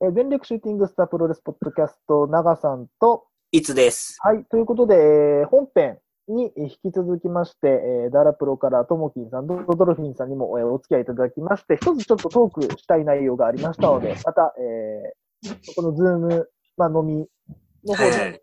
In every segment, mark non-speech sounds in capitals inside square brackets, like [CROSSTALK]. えー全力シューティングスタープロレスポッドキャスト、長さんと、いつです。はい、ということで、えー本編に引き続きまして、えーダラプロからともきんさん、ドドルフィンさんにも、えーお付き合いいただきまして、一つちょっとトークしたい内容がありましたので、また、えーこのズーム、まあ、飲みの方はで、いはい。え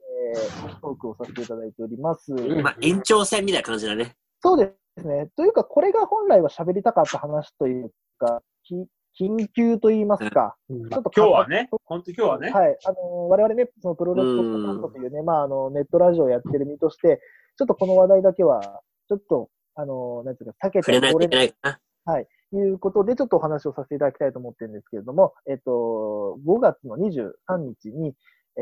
ートークをさせていただいております。まあ、延長戦みたいな感じだね。そうですね。というか、これが本来は喋りたかった話というか、き緊急と言いますか。ちょっと今日はね、本当今日はね、はい。あのー我々ね、そのプロレスポッドキャストというね、まあ、あの、ネットラジオをやってる身として、ちょっとこの話題だけは、ちょっと、あのーなんていうか、避け触てれないとれいけないかな。ということで、ちょっとお話をさせていただきたいと思ってるんですけれども、えっと、5月の23日に、えー、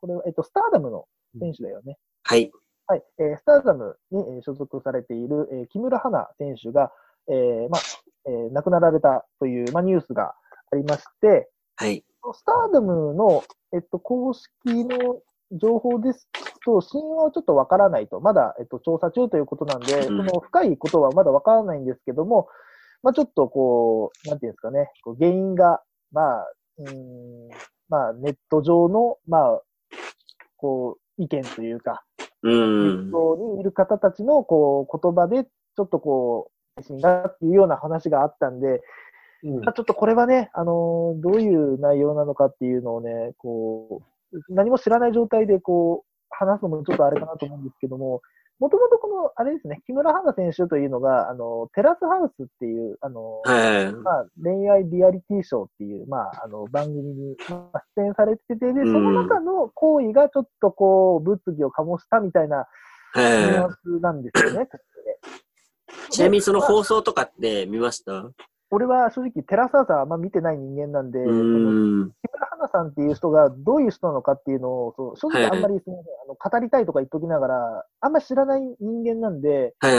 これは、えっと、スターダムの選手だよね。はい。はい、えースターダムにえー所属されている、えー木村花選手が、えーまあえー亡くなられたという、まあ、ニュースがありまして、はい。スターダムの、えっと、公式の情報ですと、死因はちょっとわからないと、まだ、えっと、調査中ということなんで、そうんの深いことはまだわからないんですけども、まあ、ちょっとこう、なんていうんですかね、こう原因が、まあ、うーんまあ、ネット上の、まあ、こう、意見というか、うネッん。トにいる方たちのこう言葉で、ちょっとこう、配信だっていうような話があったんで、うんまあちょっとこれはね、あのーどういう内容なのかっていうのをね、こう、何も知らない状態でこう、話すのもちょっとあれかなと思うんですけども、もともとこの、あれですね、木村花選手というのが、あの、テラスハウスっていう、あの、はい。まあ、恋愛リアリティショーっていう、まあ、あの、番組にまあ出演されてて、で、その中の行為がちょっとこう、物議を醸したみたいなニュアはンスなんですよね。こい。ちなみにその放送とかって見ました俺は正直、テラサーさんあんま見てない人間なんで、うその木ん。村花さんっていう人がどういう人なのかっていうのを、そう正直あんまりすみません、あの語りたいとか言っときながら、あんまり知らない人間なんで、はい。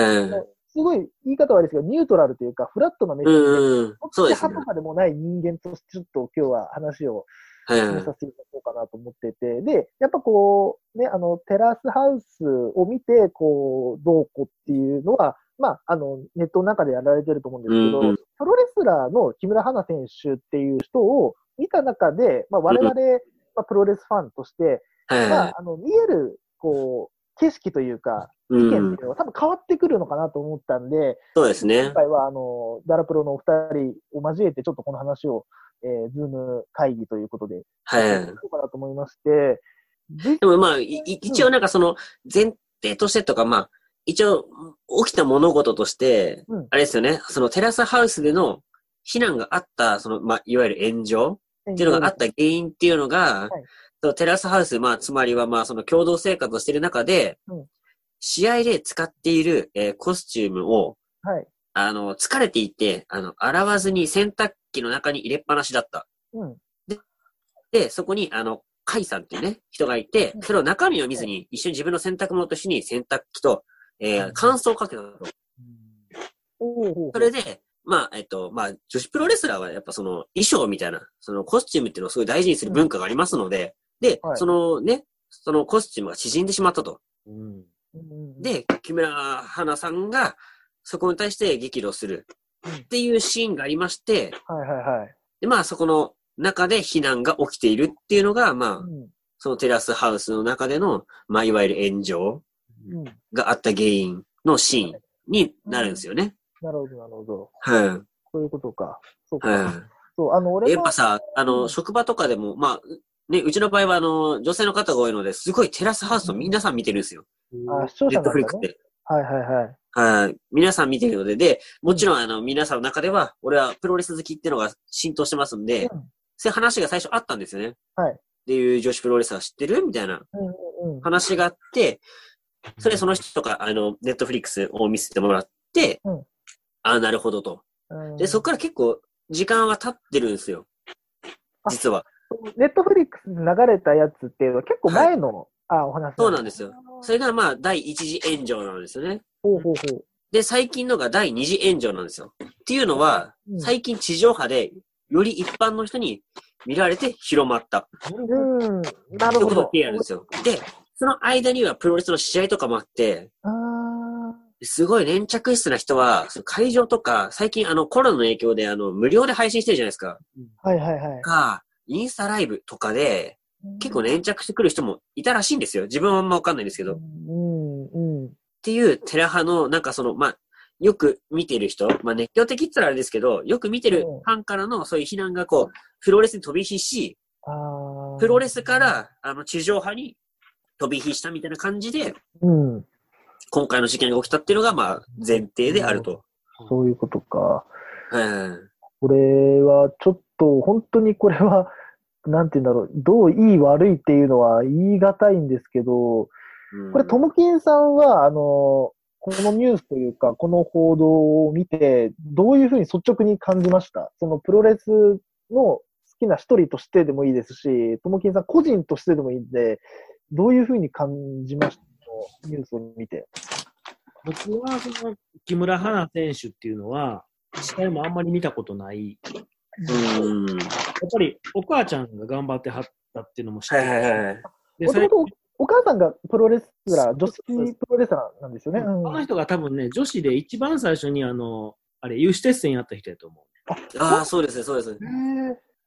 すごい言い方悪いですけど、ニュートラルというか、フラットな目う線で、どっん。そうちですね派。とかでもない人間として、ちょっと今日は話をはい。見させていただこうかなと思ってて、で、やっぱこう、ね、あの、テラスハウスを見て、こう、どうこうっていうのは、まあ、あの、ネットの中でやられてると思うんですけど、うんうんプロレスラーの木村花選手っていう人を見た中で、まあ、我々、まあ、プロレスファンとして、まはあ、あの、見える、こう、景色というか、い。意見っう。ていうんのは多分変わってくるのかなと思ったんで、そうですね今。回は、あの、ダラプロのお二人を交えて、ちょっとこの話を、えー、ズーム会議ということではい。そうかなと思いまして、じでもまあ、いい一応なんかその前提としてとか、まあ、一応起きた物事としてうん、あれですよね、そのテラスハウスでの避難があった、その、まあ、いわゆる炎上っていうのがあった原因っていうのが、はいそのテラスハウス、まあ、つまりはまあ、その共同生活をしている中で、うん試合で使っている、えーコスチュームを、はい。あの、疲れていて、あの、洗わずに洗濯機の中に入れっぱなしだった。うん。で、そこに、あの、カイさんっていうね、人がいて、それを中身を見ずに、一緒に自分の洗濯物と一緒に洗濯機と、えー、乾燥をかけたと。おうおうそれで、まあ、えっと、まあ、女子プロレスラーはやっぱその衣装みたいな、そのコスチュームっていうのをすごい大事にする文化がありますので、で、はいそのね、そのコスチュームが縮んでしまったと。うん、で、木村花さんが、そこに対して激怒するっていうシーンがありまして、はいはいはい。で、まあ、そこの中で避難が起きているっていうのが、まあ、うんそのテラスハウスの中での、まあ、いわゆる炎上うん。ながあった原因のシーンになるんですよね。るほど、なるほど。はそういうことか。そうい。か。はそう、あの、い。俺やっもぱ、さ、あうの、ん職場とかでも、まあ、ね、うちの場合は、あの、女性の方が多いので、すごいテラスハウスを皆さん見てるんですよ。あ視聴ネ者ットなフリんックだスね。で。はいはいはい。はい。皆さん見てるので、で、もちろん、あの、皆さんの中では、俺はプロレス好きっていうのが浸透してますんで、そういう話が最初あったんですよね。はいっていう女子プロレスラー知ってるみたいな。うんうんうん。話があって、それでその人とか、あの、ネットフリックスを見せてもらって、うんああ、なるほどと。うんで、そこから結構、時間は経ってるんですよ。あ実は。ネットフリックスで流れたやつっていうのは結構前の、あ、お話。そうなんですよ。それ、れがまあ、第一次炎上なんですよね。ほうほうほう。で、最近のが第二次炎上なんですよ。っていうのは、うん最近地上波で、より一般の人に見られて広まった。うん、なっるてこほとがど。 PR ですよ。で、その間にはプロレスの試合とかもあって、あすごい粘着質な人は、その会場とか、最近あのコロナの影響であの無料で配信してるじゃないですか。ーはいはいはい。が、インスタライブとかで、結構粘着してくる人もいたらしいんですよ。自分はあんまわかんないんですけど。っうん、うん。ていう、テラ派の、なんかその、まあ、よく見てる人、まあ、熱狂的って言ったらあれですけど、よく見てるファンからのそういう非難がこう、プロレスに飛び火し、あープロレスか、ら、あの、地上派に飛び火したみたいな感じで、うん。今回の事件が起きたっていうのが、まあ、前提であると。そういうことか。うん。これはちょっと、本当にこれは、 [LAUGHS] なんて言うんだろう、どういい悪いっていうのは言い難いんですけど、うんこれ、ともきんさんは、あの、このニュースというか、この報道を見て、どういうふうに率直に感じましたそのプロレスの好きな一人としてでもいいですし、ともきんさん個人としてでもいいんで、どういうふうに感じましたこのニュースを見て。僕は、その、木村花選手っていうのは、試合もあんまり見たことない。うん。やっぱり、お母ちゃんが頑張ってはったっていうのも知ってはるいはいはい。で、もそとれもとお母さんがプロレスラー、女子プロレスラーなんですよね。あうんの人が多分ね、女子で一番最初に、あの、あれ、有志鉄線やった人やと思ああ、そうですね、そうですね。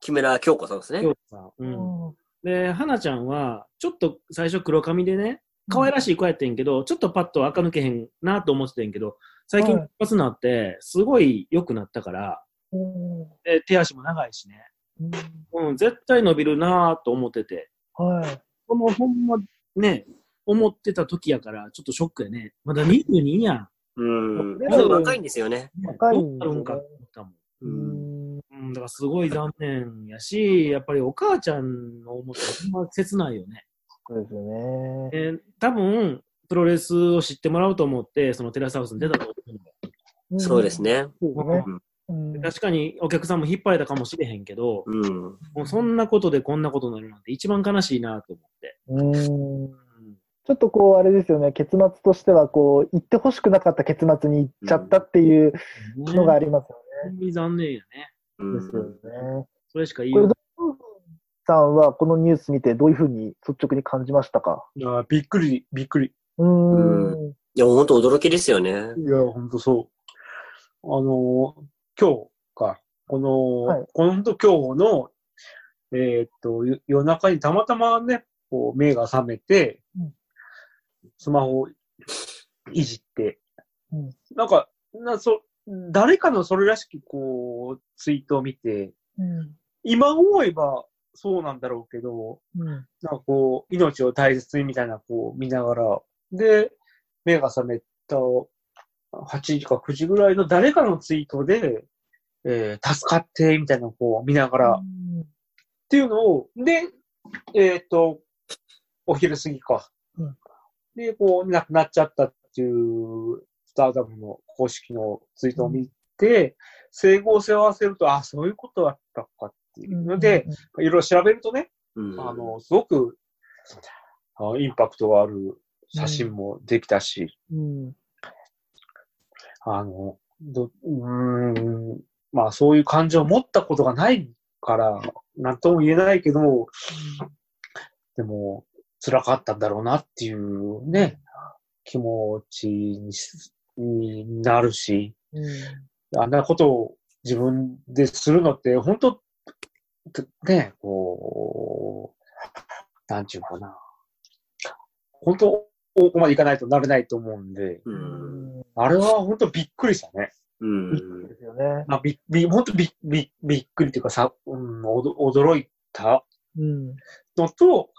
木村京子さんですう。ね京。子さん。うん。で、花ちゃんは、ちょっと最初黒髪でね、可愛らしい子やってんけど、ちょっとパッと垢抜けへんなと思っててんけど、最近はい一発なって、すごい良くなったから、うんで手足も長いしね、うんうん、絶対伸びるなと思ってて、はい。このほんまね、思ってた時やから、ちょっとショックやね。まだ22やん。うん。まだ若いんですよね。ね若いどうなるんかって思ったもん。う。んうん、だからすごい残念やし、やっぱりお母ちゃんの思ったらほんま切ないよね。そうですよね。えー多分、プロレスを知ってもらおうと思って、そのテラスハウスに出たと思うのよそうですね。ね。そうですねうん確かにお客さんも引っ張れたかもしれへんけど、うん。もうそんなことでこんなことになるなんて一番悲しいなと思って。うんうんちょっとこう、あれですよね、結末としては、こう、言ってほしくなかった結末に行っちゃったっていうのがありますよほんまに残念やね。うね。ですよん。ね。それしか言いこよれ、うどうさんはこのニュース見て、どういうふうに率直に感じましたかいやーびっくり、びっくり。うーん。いや、本当驚きですよね。いやー、ほんとそう。あのー今日か、この、はいこのほんと今日の、えーっと、よ夜中にたまたまね、こう、目が覚めて、うんスマホをいじって、うんなんか、な、そ、誰かのそれらしき、こう、ツイートを見て、うん今思えばそうなんだろうけど、うんなんかこう、命を大切にみたいな、こう、見ながら、で、目が覚めた8時か9時ぐらいの誰かのツイートで、えー助かって、みたいな、こう、見ながら、っていうのを、で、えっ、と、お昼過ぎか。うんで、こう、亡くなっちゃったっていう、スターダムの公式のツイートを見て、整合性を合わせると、あ、そういうことだったかっていうので、、いろいろ調べるとね、うん。あの、すごく、あインパクトがある写真もできたし、うんあの、どうーん、まあそういう感情を持ったことがないから、なんとも言えないけど、でも、辛かったんだろうなっていうね、気持ちにしになるし、うんあんなことを自分でするのって、本当ね、こう、なんちゅうかな。本当ここまでいかないとなれないと思うんで、う。うんんあれは本当びっくりしたね。うん。ですよね。まあ、び、び、本当び、び、びっくりっていうかさ、うん、おど驚いたうんのと、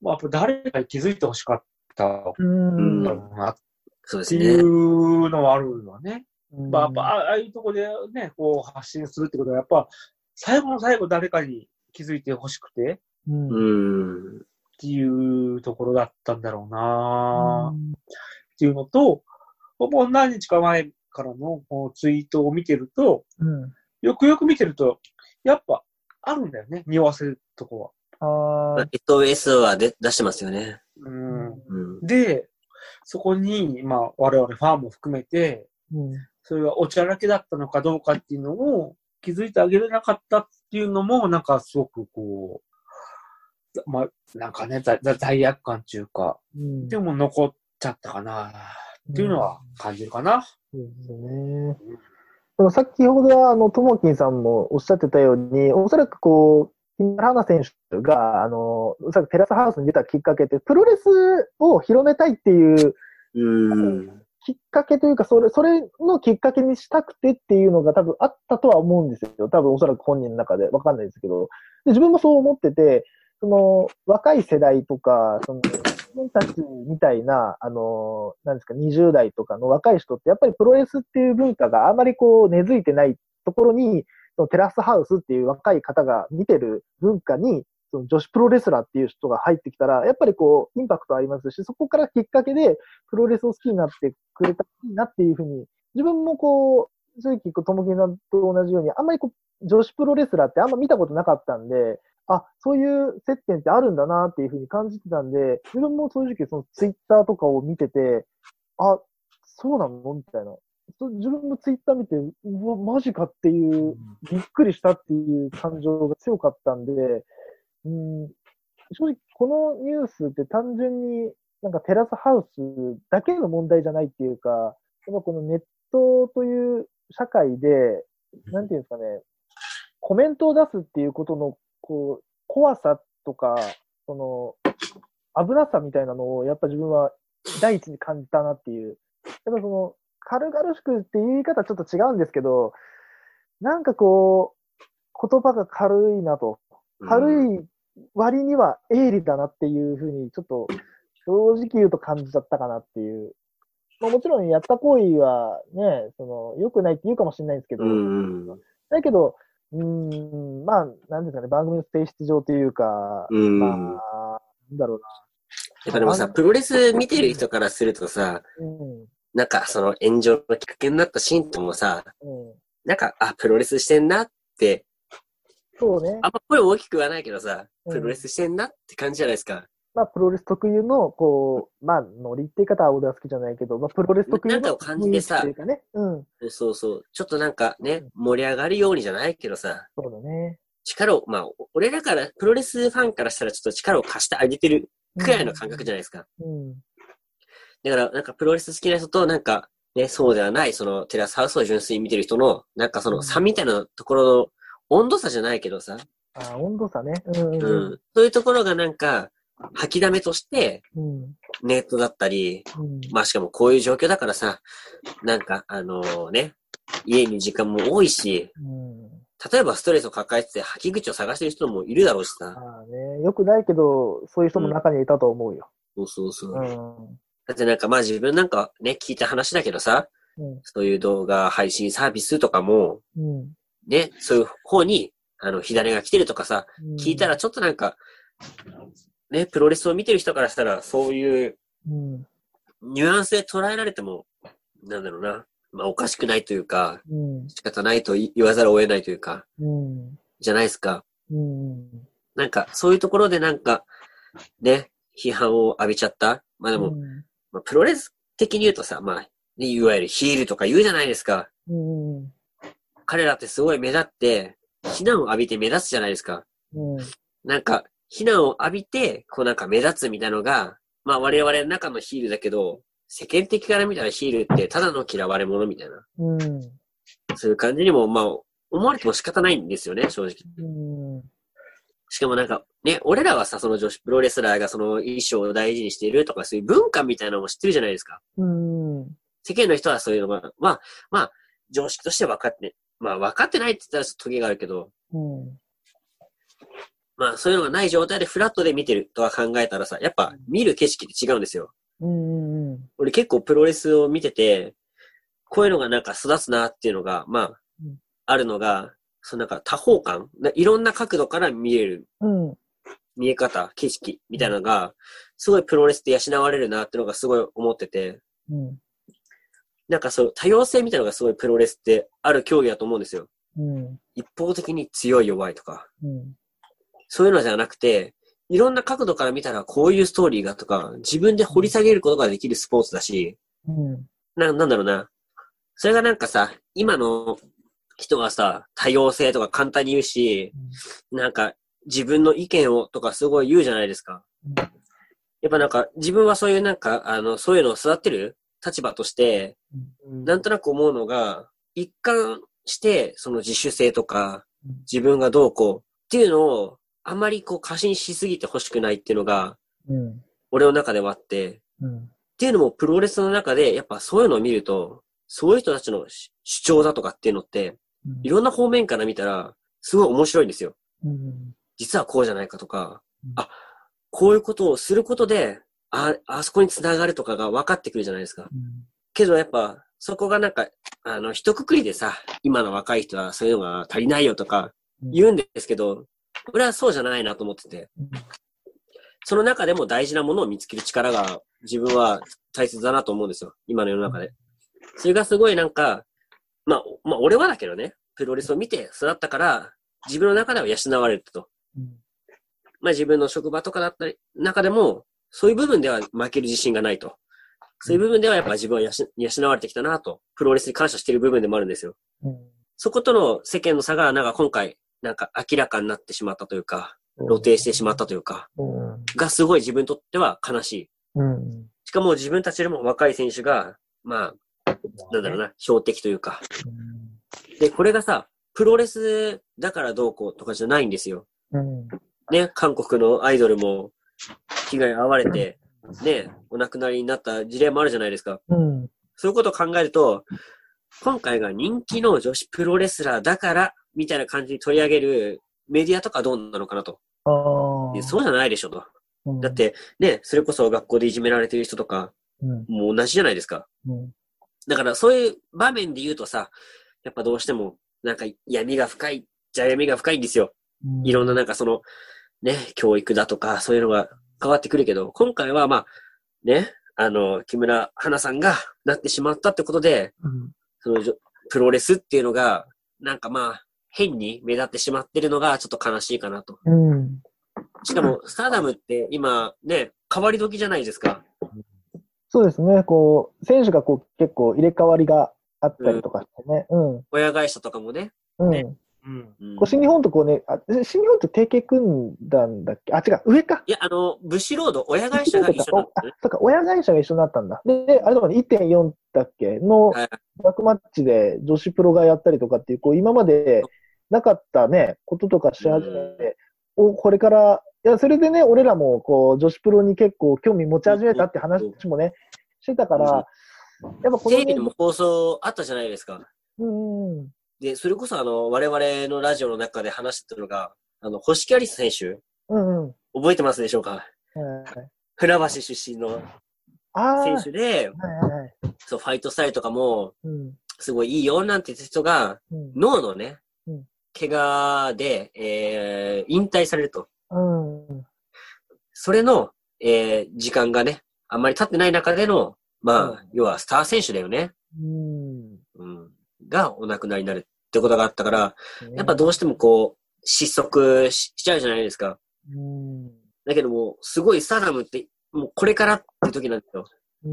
まあ、やっぱ誰かに気づいてほしかったんうんだろうなっそうでてすいね。うのはあるわね。まあ、やっぱ、あああいうとこでね、こう発信するってことは、やっぱ、最後の最後誰かに気づいてほしくてうんうん。っていうところだったんだろうなうんっていうのと、もう何日か前からのこうツイートを見てると、うんよくよく見てると、やっぱ、あるんだよね、匂わせるとこは。あー SOS は出出してますよね。うんうん。で、そこに、まあ、我々ファンも含めて、うんそれがおちゃらけだったのかどうかっていうのを気づいてあげれなかったっていうのも、なんかすごくこう、まあ、なんかね、ざざ罪悪感っていうか、うんでも残っちゃったかなっていうのは感じるかな。そうですよね。でも先ほどは、あの、ともきんさんもおっしゃってたように、おそらくこう、木村花選手が、あの、さっきテラスハウスに出たきっかけって、プロレスを広めたいっていううん。きっかけというか、それ、それのきっかけにしたくてっていうのが多分あったとは思うんですよ。多分おそらく本人の中でわかんないですけど。で自分もそう思ってて、その、若い世代とか、その、自分たちみたいな、あの、なんですか、20代とかの若い人って、やっぱりプロレスっていう文化があまりこう根付いてないところに、そのテラスハウスっていう若い方が見てる文化に、その女子プロレスラーっていう人が入ってきたら、やっぱりこう、インパクトありますし、そこからきっかけで、プロレスを好きになってくれたらいいなっていうふうに、自分もこう、正直、ともきさんと同じように、あんまりこう、女子プロレスラーってあんま見たことなかったんで、あ、そういう接点ってあるんだなっていうふうに感じてたんで、自分も正直、そのツイッターとかを見てて、あ、そうなのみたいな。そ自分もツイッター見て、うわ、マジかっていう、びっくりしたっていう感情が強かったんで、うん、正直、このニュースって単純になんかテラスハウスだけの問題じゃないっていうか、やっぱこのネットという社会で、なんていうんですかね、コメントを出すっていうことの、こう、怖さとか、その、危なさみたいなのを、やっぱ自分は第一に感じたなっていう。やっぱその、軽々しくって言い方ちょっと違うんですけど、なんかこう、言葉が軽いなと。軽い割には鋭利だなっていうふうに、ちょっと正直言うと感じちゃったかなっていう。まあ、もちろんやった行為はね、その、良くないって言うかもしれないんですけど、うん。うん。だけど、うーん、まあ、なんですかね、番組の性質上というか、うんまあ、なんだろうやっぱでもさ、プロレス見てる人からするとな。さ、うん、なんかその炎上のきっかけになったシーンともさ、うん。なんか、あ、プロレスしてんなって、そうねあ。んま声大きくはないけどさ、うんプロレスしてんなって感じじゃないですか。まあ、プロレス特有の、こう、まあ、ノリって言い方は俺は好きじゃないけど、まあ、プロレス特有のなんかを感じてさ雰囲気というかね。うん。そうそうそう。ちょっとなんかね、盛り上がるようにじゃないけどさ、そうだね。力を、まあ、俺らから、プロレスファンからしたらちょっと力を貸してあげてるうんくらいの感覚じゃないですか。うん。だから、なんかプロレス好きな人と、なんか、ね、そうではない、そのテラスハウスを純粋に見てる人の、なんかその差みたいなところの温度差じゃないけどさ、あ、温度差ね。うん。うん、うん。そういうところがなんか、吐きだめとして、うん。ネットだったり、うん。まあしかもこういう状況だからさ、なんか、あのね、家に時間も多いし、うん例えばストレスを抱えてて吐き口を探してる人もいるだろうしさ。まあね、よくないけど、そういう人も中にいたと思うよ。そうそうそうう。ん。だってなんかまあ自分なんかね、聞いた話だけどさ、うん。そういう動画配信サービスとかも、うん。ね、そういう方に、あの、火種が来てるとかさ、聞いたら、ちょっとなんか、ね、プロレスを見てる人からしたら、そういううん。ニュアンスで捉えられても、なんだろうな、まあおかしくないというか、うん。仕方ないと言わざるを得ないというか、うん。じゃないですか。うん。なんか、そういうところでなんか、ね、批判を浴びちゃった。まあでも、うんまあ、プロレス的に言うとさ、まあ、ねいわゆるヒールとか言うじゃないですか。うん。彼らってすごい目立って、非難を浴びて目立つじゃないですか。うん。なんか、非難を浴びて、こうなんか目立つみたいなのが、まあ我々の中のヒールだけど、世間的から見たらヒールってただの嫌われ者みたいな、うん。そういう感じにも、まあ、思われても仕方ないんですよね、正直。うん。しかもなんか、ね、俺らはさ、その女子プロレスラーがその衣装を大事にしているとか、そういう文化みたいなのも知ってるじゃないですか。うん。世間の人はそういうのが、まあ、まあ、常識として分かって、まあ分かってないって言ったらちょっとトゲがあるけど、うん。まあそういうのがない状態でフラットで見てるとは考えたらさ、やっぱ見る景色って違うんですよ。うん。俺結構プロレスを見てて、こういうのがなんか育つなっていうのが、まあうん、あるのが、そのなんか多方感ないろんな角度から見える、うん。見え方、景色みたいなのが、すごいプロレスで養われるなっていうのがすごい思ってて、うん。なんかそう、多様性みたいなのがすごいプロレスってある競技だと思うんですよ。うん。一方的に強い弱いとか、うん。そういうのじゃなくて、いろんな角度から見たらこういうストーリーがとか、自分で掘り下げることができるスポーツだし、うん。な、なんだろうな。それがなんかさ、今の人がさ、多様性とか簡単に言うし、なんか自分の意見をとかすごい言うじゃないですかうん。やっぱなんか自分はそういうなんか、あの、そういうのを育ってる立場として、なんとなく思うのが、一貫してその自主性とかうん、自分がどうこうっていうのをあんまりこう過信しすぎてほしくないっていうのが、うん。俺の中ではあって、っうん。ていうのもプロレスの中で、やっぱそういうのを見ると、そういう人たちの主主張だとかっていうのって、いろんな方面から見たら、すごい面白いんですよ。うん。実はこうじゃないかとかうん、あ、こういうことをすることで、あ、あそこに繋がるとかが分かってくるじゃないですか。うんけどやっぱ、そこがなんか、あの、一括りでさ、今の若い人はそういうのが足りないよとかうん言うんですけど、俺はそうじゃないなと思ってて、その中でも大事なものを見つける力が自分は大切だなと思うんですよ。今の世の中で。それがすごいなんか、まあ、まあ俺はだけどね、プロレスを見て育ったから、自分の中では養われると。うんまあ自分の職場とかだったり、中でも、そういう部分では負ける自信がないと。そういう部分ではやっぱ自分は養養われてきたなと、プロレスに感謝している部分でもあるんですよ。うんそことの世間の差がなんか今回、なんか明らかになってしまったというか、露呈してしまったというか、うん。がすごい自分にとっては悲しい。うん。しかも自分たちよりも若い選手が、まあ、なんだろうな、標的というか。で、これがさ、プロレスだからどうこうとかじゃないんですよ。うん。ね、韓国のアイドルも被害に遭われて、ね、お亡くなりになった事例もあるじゃないですか。うん。そういうことを考えると、今回が人気の女子プロレスラーだから、みたいな感じに取り上げるメディアとかどうなのかなと。あであ。そうじゃないでしょと。うんだっ、て、ね、それこそ学校でいじめられてる人とか、うん。もう同じじゃないですか。うん。だからそういう場面で言うとさ、やっぱどうしても、なんか闇が深い、じゃ闇が深いんですよ。うんいろんななんかその、ね、教育だとか、そういうのが変わってくるけど、今回はまあ、ね、あの、木村花さんがなってしまったってことで、うん。そのじょプロレスっていうのが、なんかまあ、変に目立ってしまってるのがちょっと悲しいかなと。うん。しかも、スターダムって今、ね、変わり時じゃないですか。そうですね。こう、選手がこう結構入れ替わりがあったりとかしてね。うん。親会社とかもね。うん。ねうん。うんこう新日本とこうね、あ新日本と提携組んだんだっけあ、違う、上か。いや、あの、ブシロード、親会社が一緒だったあね。そうか、親会社が一緒になったんだ。で、であれとかね、1.4だっけのはいバックマッチで女子プロがやったりとかっていう、こう、今までなかったね、こととかし始めて、お、これから、いや、それでね、俺らも、こう、女子プロに結構興味持ち始めたって話もね、してたから、やっぱこのテレビねで、も放送あったじゃないですか。うん、うん、で、それこそあの、我々のラジオの中で話してたのが、あの、星木有選手、うん、うん。覚えてますでしょうかはい船橋出身のああ、はい選手で、はいはい。そう、ファイトスタイルとかも、うん、すごいいいよなんて言ってた人が、うん、脳のねうん、怪我で、えー、引退されると。うん、それの、えー、時間がね、あんまり経ってない中での、まあ、要はスター選手だよね。うん。うん。がお亡くなりになるってことがあったから、やっぱど、どうしてもこう、失速しちゃうじゃないですか。うん、だけども、すごいスターダムって、もうこれからって時なんですよ。うん、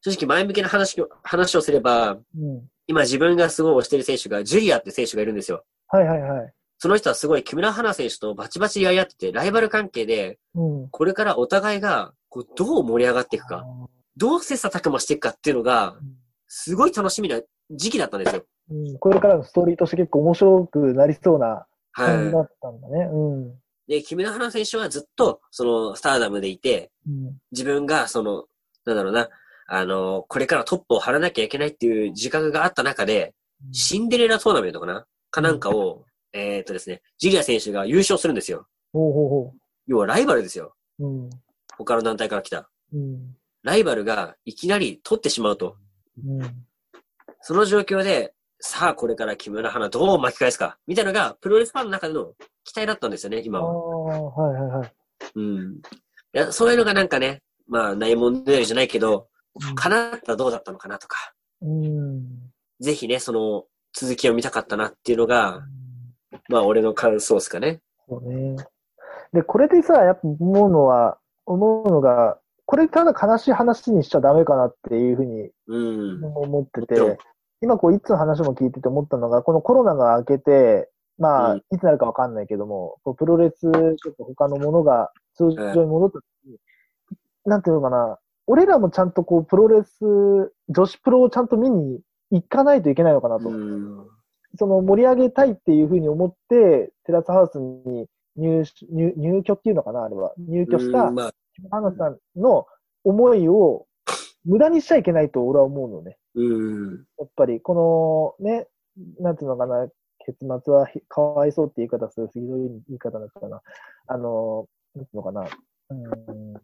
正直前向きな話を、話をすれば、うん。今自分がすごい推してる選手が、ジュリアって選手がいるんですよ。はいはいはい。その人はすごい木村花選手とバチバチやり合ってて、ライバル関係で、うん。これからお互いが、こう、どう盛り上がっていくか、どう切磋琢磨していくかっていうのが、すごい楽しみな時期だったんですよ。うん、これからのストーリーとして結構面白くなりそうな感じだはったんだね。うん。い。で、木村花選手はずっと、その、スターダムでいて、うん。自分が、その、なんだろうな、あの、これからトップを張らなきゃいけないっていう自覚があった中で、シンデレラトーナメントかなかなんかを、えーっとですね、ジュリア選手が優勝するんですよ。ほうほうほ要はライバルですよ。う。うん。他の団体から来た。うん。ライバルがいきなり取ってしまうと。うん。その状況で、さあこれから木村花どう巻き返すかみたいなのが、プロレスファンの中での期待だったんですよね、あ今あ、は。はいはいはい。うん。いや、そういうのがなんかね、まあ、ないもんだよりじゃないけど、叶ったらどうだったのかなとか。うん。ぜひね、その続きを見たかったなっていうのが、まあ俺の感想ですかね。そうね。で、これでさ、やっぱ思うのは、思うのが、これただ悲しい話にしちゃダメかなっていうふうにうん。思ってもちろんて、今こう、いつの話も聞いてて思ったのが、このコロナが明けて、まあ、うんいつなるかわかんないけども、こうプロレス、ちょっと他のものが通常に戻った時に、なんていうのかな、俺らもちゃんとこう、プロレス、女子プロをちゃんと見に行かないといけないのかなと。うん。その盛り上げたいっていうふうに思って、テラスハウスに入手入入居っていうのかな、あれは。入居したうんまあ、花さんの思いを無駄にしちゃいけないと俺は思うのね。うん。やっぱり、このね、なんていうのかな、結末はひかわいそうって言い方する、ひどい言い方だったかな。あの、なんていうのかな。うーん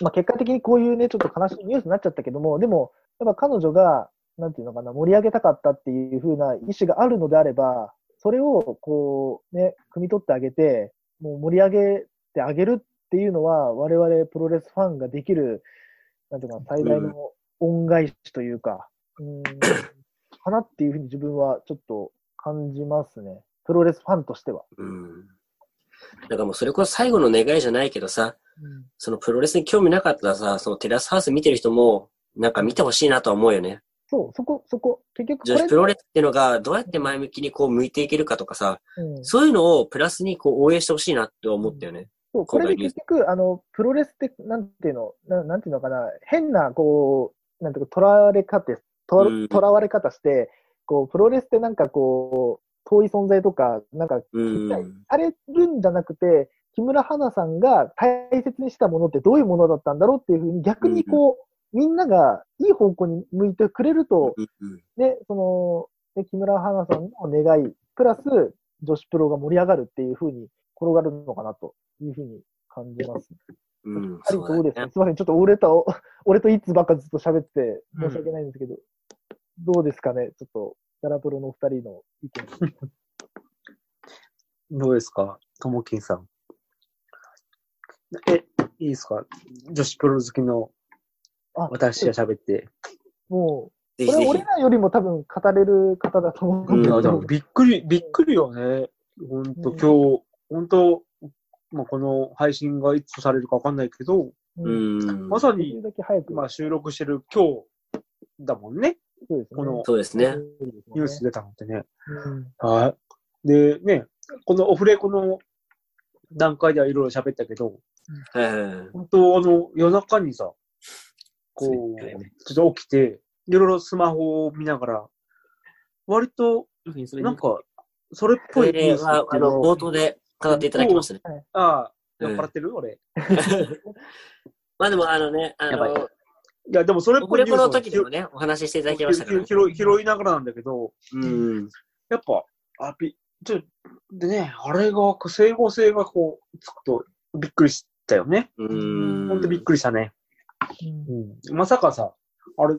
まあ、結果的にこういうね、ちょっと悲しいニュースになっちゃったけども、でも、やっぱ彼女が、なんていうのかな、盛り上げたかったっていうふうな意思があるのであれば、それをこう、ね、汲み取ってあげて、もう盛り上げてあげるっていうのは、我々プロレスファンができる、なんていうのかな、最大の恩返しというか、うん、かなっていうふうに自分はちょっと感じますね。プロレスファンとしては。うん。なんかもうそれこそ最後の願いじゃないけどさ、そのプロレスに興味なかったらさ、そのテラスハウス見てる人も、なんか見てほしいなとは思うよね。そう、そこ、そこ、結局女子プロレス、スっていうのが、どうやって前向きにこう向いていけるかとかさ、うんそういうのをプラスにこう応援してほしいなって思ったよね。そう、これで結局、あの、プロレスって、なんていうの、ななんていうのかな、変な、こう、なんていうか、とらわれ方、とうんとらわれ方して、こう、プロレスってなんかこう、遠い存在とか、なんか、うん。あれるんじゃなくて、木村花さんが大切にしたものってどういうものだったんだろうっていうふうに、逆にこう、みんながいい方向に向いてくれると、うんで、その、で木村花さんの願い、プラス女子プロが盛り上がるっていう風に転がるのかなという風に感じます。うん。ありそそううでだすねね。すみません、ちょっと俺 [LAUGHS] と、俺といつばっかずっと喋って申し訳ないんですけど、どうですかね、ちょっと、ダラプロのお二人の意見。どうですかともきんさん。え、いいですか女子プロ好きのあ私が喋って。もぜう、ひこれぜひ俺。らよりも多分語れる方だと思うんいでや、すけでどもびっくり、びっくりよね。ほんと、うん今日、ほんと、まあ、この配信がいつされるかわかんないけど、ううんん。まさできるにだけ早く、今収録してる今日だもんね。そうですね。このそうですね。ニュース出たのってね。うんはい。で、ね、このオフレコの段階ではいろいろ喋ったけど、はいはいはい。本当あの、夜中にさ、こそうねう、ちょっと起きて、いろいろスマホを見ながら、割と、ルフィにそれなにんか、それっこぽいニュれースっは、てあいうのの、を冒頭で語っていただきましたね。ああ、うん酔っ払ってる俺。 [LAUGHS] まあでも、あのね、あやばいの、いや、でもそれっオぽフいレニコュースのを時でもね、お話ししていただきましたからね。拾い拾いながらなんだけど、うん。やっぱ、あ、び、ちょ、でね、あれが、整合性がこう、つくと、びっくりしたよね。うん。ほんとびっくりしたね。うんうん。まさかさ、あれ、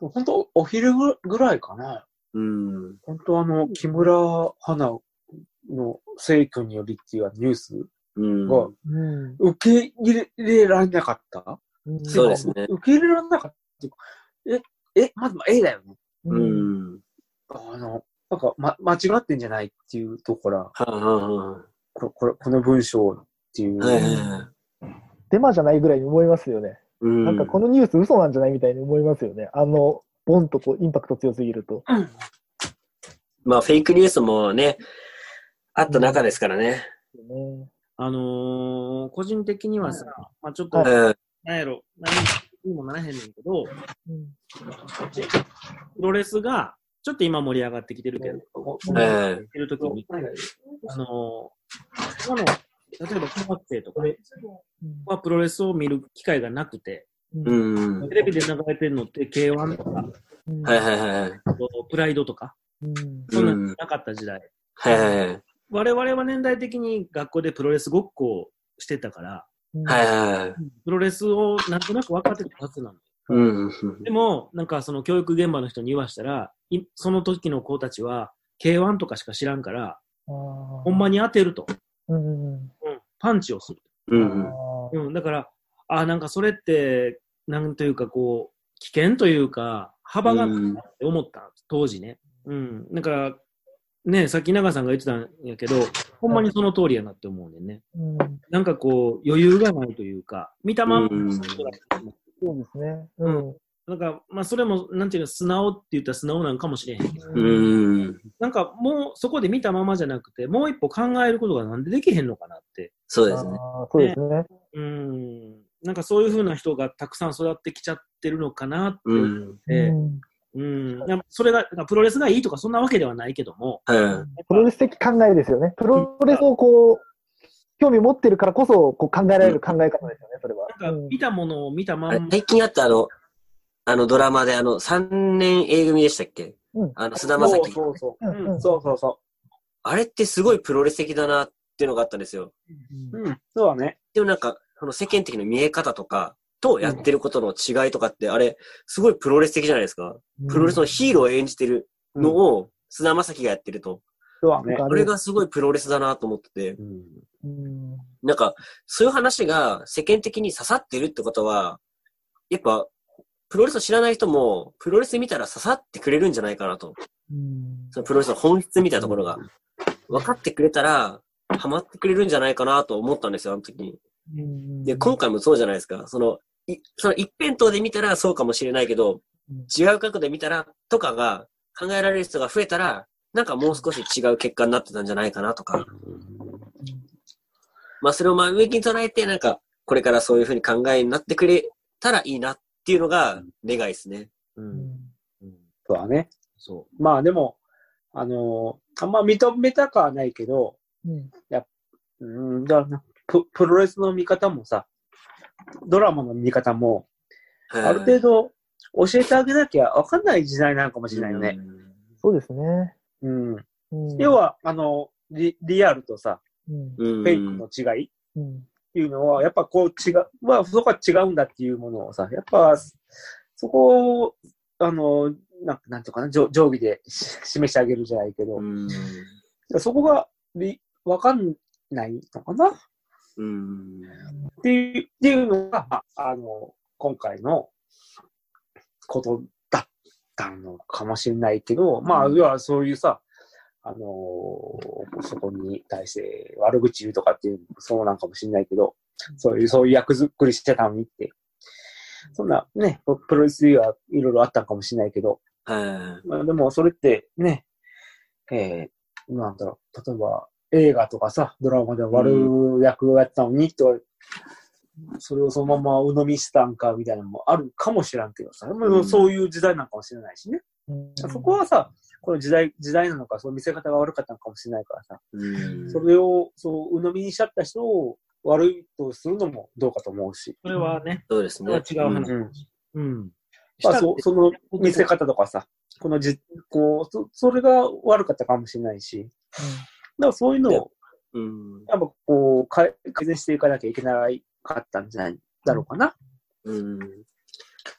本当お昼ぐぐらいかな。うん。本当あの、木村花の逝去によりっていうニュースうん。がうん受け入れられなかった、うんそうですね受け入れられなかったっていうかえ、え、まず、ま A だよね。ううんん。あの、なんか、ま、間違ってんじゃないっていうところはあはあはここれ、この文章っていう。あ。はいはいはい。デマじゃないぐらいに思いますよね。うん。なんかこのニュース嘘なんじゃないみたいに思いますよね。あの、ボンとこうインパクト強すぎると。まあ、フェイクニュースもね、あった中ですからね。ねあのー個人的にはさ、まあちょっと、はうん。なんやろ、何にもならへんねんけど、うんプロレスが、ちょっと今盛り上がってきてるけど、うん。いるときに、あのー他の、例えば小学生とかはプロレスを見る機会がなくて、ううんん。テレビで流れてるのって K1 とか、うんはいはいはいはい。あとプライドとか、うんそんなのなかった時代。はいはいはい。我々は年代的に学校でプロレスごっこをしてたから、はいはいはい。プロレスをなんとなく分かってたはずなの。うん。でも、なんかその教育現場の人に言わしたら、いその時の子たちは K1 とかしか知らんから、ほんまに当てると。うんうんパンチをする。ううんん。うん、だから、あなんかそれって、なんというかこう、危険というか、幅があるなって思った、当時ね。うん。だから、ね、さっき長さんが言ってたんやけど、ほんまにその通りやなって思うねんね。うんなんかこう、余裕がないというか、見たまんまうんの人だったそうですね。うんなんか、まあ、それも、なんていうの、素直って言ったら素直なんかもしれへんけど。うん。なんかもう、そこで見たままじゃなくて、もう一歩考えることがなんでできへんのかなって。そうですね。あーそうですね。うん。なんかそういうふうな人がたくさん育ってきちゃってるのかなってう思っん。て、うんうん、やっぱそれが、プロレスがいいとかそんなわけではないけども、うん。プロレス的考えですよね。プロレスをこう、興味持ってるからこそ、こう考えられる考え方ですよね、それは。なんか見たものを見たまあれんま、最近あったあの、あのドラマであの、3年 A 組でしたっけうんあの、菅田将暉。そうそううんうんそう。そうそうそあれってすごいプロレス的だなっていうのがあったんですよ。う。うん、そうだね。でもなんか、その世間的な見え方とか、とやってることの違いとかって、あれ、すごいプロレス的じゃないですか。プロレスのヒーローを演じてるのうんを、菅田将暉がやってると。そうだね。あれがすごいプロレスだなと思ってて。うんうんなんか、そういう話が世間的に刺さってるってことは、やっぱ、プロレスを知らない人も、プロレス見たら刺さってくれるんじゃないかなと。うんそのプロレスの本質みたいなところが。分かってくれたら、ハマってくれるんじゃないかなと思ったんですよ、あの時に。うんで、今回もそうじゃないですか。その、いその一辺倒で見たらそうかもしれないけどうん、違う角度で見たらとかが考えられる人が増えたら、なんかもう少し違う結果になってたんじゃないかなとか。まあそれを前向きに捉えて、なんか、これからそういうふうに考えになってくれたらいいなっていうのが願いですね。ううんんうん、そうだね。そまあでも、あのーあんま認めたかはないけど、うんうん、だからなププロレスの見方もさ、ドラマの見方も、はいある程度教えてあげなきゃ分かんない時代なのかもしれないよね。そうですね。うん。うん要、は、あの、リリアルとさ、うんうんフェイクの違いっうんていうのは、やっぱこう違う、まあ、そこは違うんだっていうものをさ、やっぱ、そこを、あの、なんなんていうかな、定定規でし示してあげるじゃないけど、うんそこがり分かんないのかなっうん。ていうっていうのが、まああの、今回のことだったのかもしれないけど、まあ、うん要はそういうさ、あのーそこに対して悪口言うとかっていうのもそうなんかもしれないけど、そういう、そういう役作りしてたのにって。そんな、ね、プロレスはいろいろあったのかもしれないけど、はい。まあ、でも、それってね、えー、なんだろう、例えば映画とかさ、ドラマで悪役をやってたのにと、それをそのまま鵜呑みしたんかみたいなのもあるかもしらんけどさ、でうもんそういう時代なのかもしれないしね。うんそこはさ、この時代、時代なのか、その見せ方が悪かったのかもしれないからさ、うんそれを、そう、鵜呑みにしちゃった人を悪いとするのもどうかと思うし。れはね、そうですそね。れは違う話。うんうん。まあ、そその見せ方方とかさ、このじ、こう、そそれが悪かったかもしれないし、だからそういうのを、うん。やっぱこう、改改善していかなきゃいけなかったんじゃないだろうかな。うん。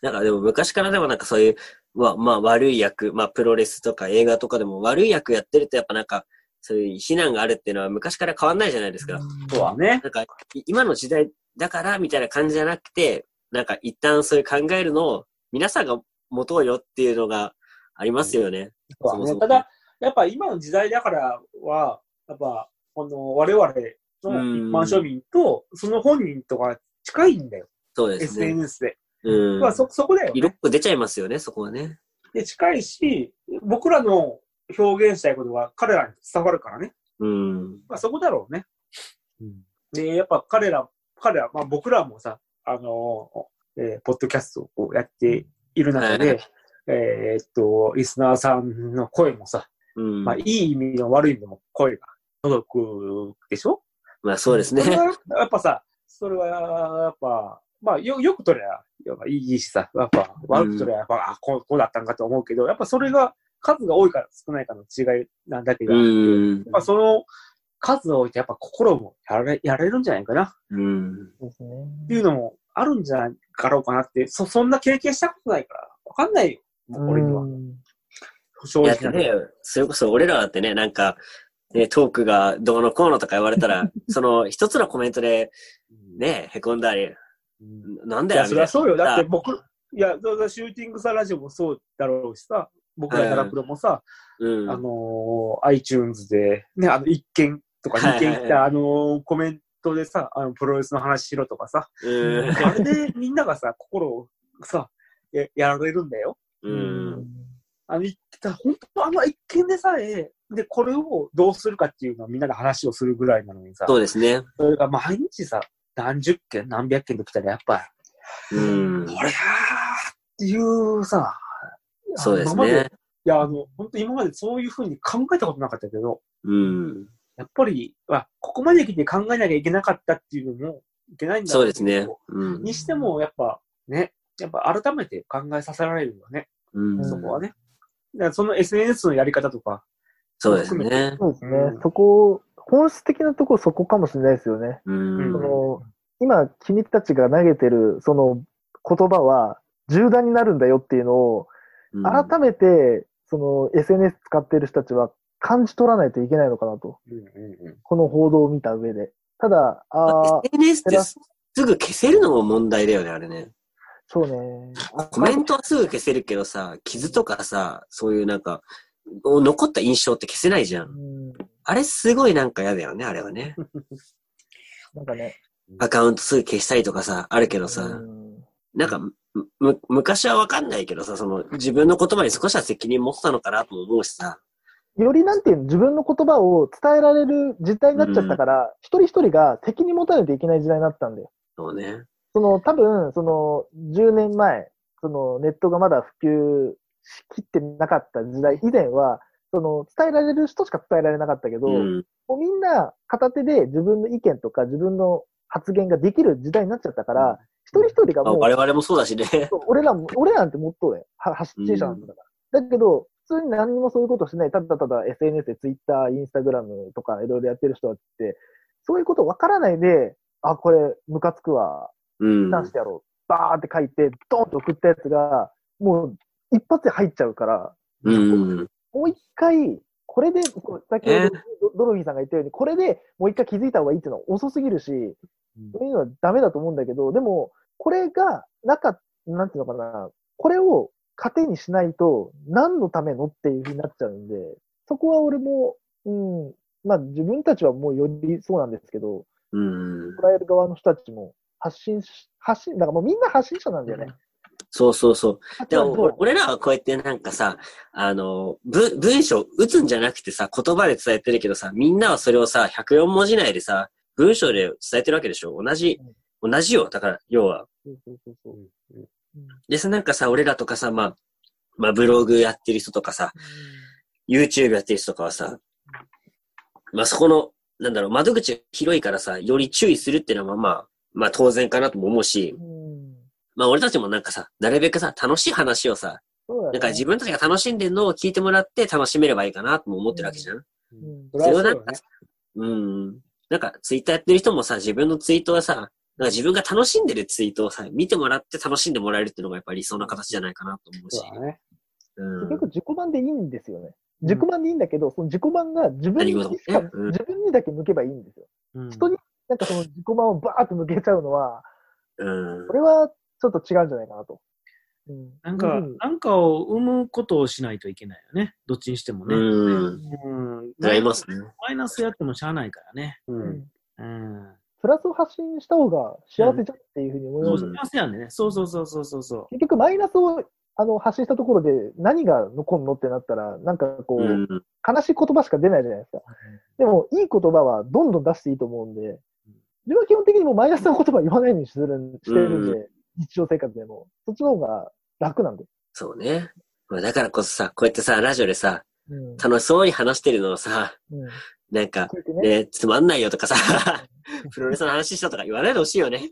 なんかでも昔からでもなんかそういう、まあ、まあ悪い役、まあプロレスとか映画とかでも悪い役やってるとやっぱなんか、そういう非難があるっていうのは昔から変わんないじゃないですか。そうだね。なんか、い今の時代だからみたいな感じじゃなくて、なんか一旦そういう考えるのを皆さんが持とうよっていうのがありますよね。そそううだそうね。ただ、やっぱ今の時代だからは、やっぱ、この我々の一般庶民と、その本人とか近いんだよ。そうですね。 SNS で。うん。まあそ、そこだよね。色っぽく出ちゃいますよね、そこはね。で、近いし、僕らの表現したいことが彼らに伝わるからね。うん。まあそこだろうね。うんで、やっぱ彼ら、彼ら、まあ僕らもさ、あのーえーポッドキャストをやっている中はでい、えーっと、リスナーさんの声もさ、うん。まあいい意味の悪い意味の声が届くでしょまあそうですねそ。れはやっぱさ、それはやっぱ、まあよよく取りゃやっぱいいしさ、やっぱ悪く取りゃやっぱ、あこうこうだったんかと思うけど、やっぱそれが数が多いから少ないかの違いなんだけど、うん。まあ、その数を置いて、やっぱ心もやられやられるんじゃないかなうん。そうですね。っていうのもあるんじゃないかろうかなって、そそんな経験したことないから、わかんないよ、俺にはう。ん正いや直だってな。ね、それこそ俺らだってね、なんか、ね、トークがどうのこうのとか言われた [LAUGHS] ら、その一つのコメントで、ね、凹んだり、うんなんいだよ、や、みたいそりなゃ。そうよ。だって僕、いや、だからシューティングサラジオもそうだろうしさ、僕らダラプロもさ、うん。あのー iTunes で、ね、あの、一件とか二件来た、あのーコメントでさ、あの、プロレスの話しろとかさ、うんあれでみんながさ、心をさ、ややられるんだよ。うん。あの、いだ本当あの一見でさえ、で、これをどうするかっていうのをみんなで話をするぐらいなのにさ、そうですね。それが毎日さ、何十件、何百件と来たらやっぱ、うん。こりゃーっていうさ、そうです今まね。いや、あの、本当今までそういうふうに考えたことなかったけど、うん。やっぱり、あ、ここまで来て考えなきゃいけなかったっていうのもいけないんだそうですけねど。うん。にしても、やっぱね、やっぱ改めて考えさせられるよね、うん、そこはね。だからその SNS のやり方とか、そうですね。そうですね。うんそこ、本質的なところそこかもしれないですよね。うそん。の、今、君たちが投げてる、その言葉は、重大になるんだよっていうのを、改めて、その SNS 使ってる人たちは感じ取らないといけないのかなと。うんうんうんこの報道を見た上で。ただ、あああ、 SNS って照らすぐ消せるのも問題だよね、あれね。そうね。コメントはすぐ消せるけどさ、傷とかさ、そういうなんか、お残った印象って消せないじゃ。うんん、あれすごいなんか嫌だよね、あれ [LAUGHS] はね。なんかね。アカウントすぐ消したりとかさ、あるけどうさ、んなんか、む、む昔はわかんないけどさ、その、自分の言葉に少しは責任持ってたのかなとも思うしさ。よりなんていうの、自分の言葉を伝えられる時代になっちゃったから、一人一人が責任持たないといけない時代になったんだよ。そうね。その、多分、その、10年前、その、ネットがまだ普及しきってなかった時代以前は、その、伝えられる人しか伝えられなかったけど、うん。もうみんな片手で自分の意見とか自分の発言ができる時代になっちゃったから、一人一人がまあもう、我々もそうだしね。そう俺らも、俺らなんてもっとだよ。は発信者なんだから。だけど、普通に何にもそういうことしない、ただただ SNS で Twitter、Instagram とかいろいろやってる人だって、そういうことわからないで、あ、これ、ムカつくわ、うん。出してやろう。バーって書いて、ドーンと送ったやつが、もう一発で入っちゃうから、うん。もう一回、これで、こう先ほどえードドロフィーさんが言ったように、これでもう一回気づいた方がいいっていうのは遅すぎるし、そういうのはダメだと思うんだけど、でも、これが、なか、なんていうのかな、これを糧にしないと、何のためのっていうふうになっちゃうんで、そこは俺も、うん、まあ自分たちはもうよりそうなんですけど、うん。捉える側の人たちも発信し、発信、だからもうみんな発信者なんだよね。そうそうそう。でも、そうお俺らはこうやってなんかさ、あの、ぶ文章打つんじゃなくてさ、言葉で伝えてるけどさ、みんなはそれをさ、104文字内でさ、文章で伝えてるわけでしょ同じ、同じよ。だから、要は。そうそうそうでさ、なんかさ、俺らとかさ、まあ、まあ、ブログやってる人とかさ、YouTube やってる人とかはさ、まあ、そこの、なんだろう、窓口が広いからさ、より注意するっていうのはまあまあ、まあ当然かなとも思うし、うん。まあ俺たちもなんかさ、なるべくさ、楽しい話をさ、そうだね。なんか自分たちが楽しんでるのを聞いてもらって楽しめればいいかなとも思ってるわけじゃん。うんそれはそうよねうん。なんかツイッターやってる人もさ、自分のツイートはさ、なんか自分が楽しんでるツイートをさ、見てもらって楽しんでもらえるっていうのがやっぱり理想な形じゃないかなと思うしそう。だね。うん結。局自己版でいいんですよね。自己版でいいんだけど、その自己版が自分にし何事かもねうん自分にだけ向けばいいんですよ。うん人になんかその自己版をバーッと向けちゃうのは、うんこ。れはちょっと違うんじゃないかなと。うんなんか、うんなんかを生むことをしないといけないよね。どっちにしてもね。うん。うん違いますね。マイナスやってもしゃあないからね。ううんん。うん。プラスを発信した方が幸せじゃんっていうふうに思いそまうす。しますやんね。そうそうそうそうそうそ結局マイナスをあの発信したところで何が残るのってなったら、なんかこう、うん。悲しい言葉しか出ないじゃないですか。でも、いい言葉はどんどん出していいと思うんで、自分は基本的にもうマイナスな言葉は言わないようにするんしてるんで、う日常生活でも。そっちの方が楽なんで。そうね。まあだからこそさ、こうやってさ、ラジオでさ、うん。楽しそうに話してるのをさ、うん、なんか、こうやってね。ね、つまんないよとかさ、プロレスの話したとか言わないでほしいよね。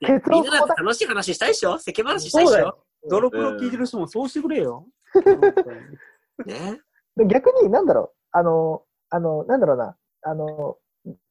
結みん論なそうだっだて楽しい話したいでしょ世間話したいでそうしだょよドロプロ聞いてる人もそうしてくれよ。ね。逆に、なんだろう、あの、あの、なんだろうな、あの、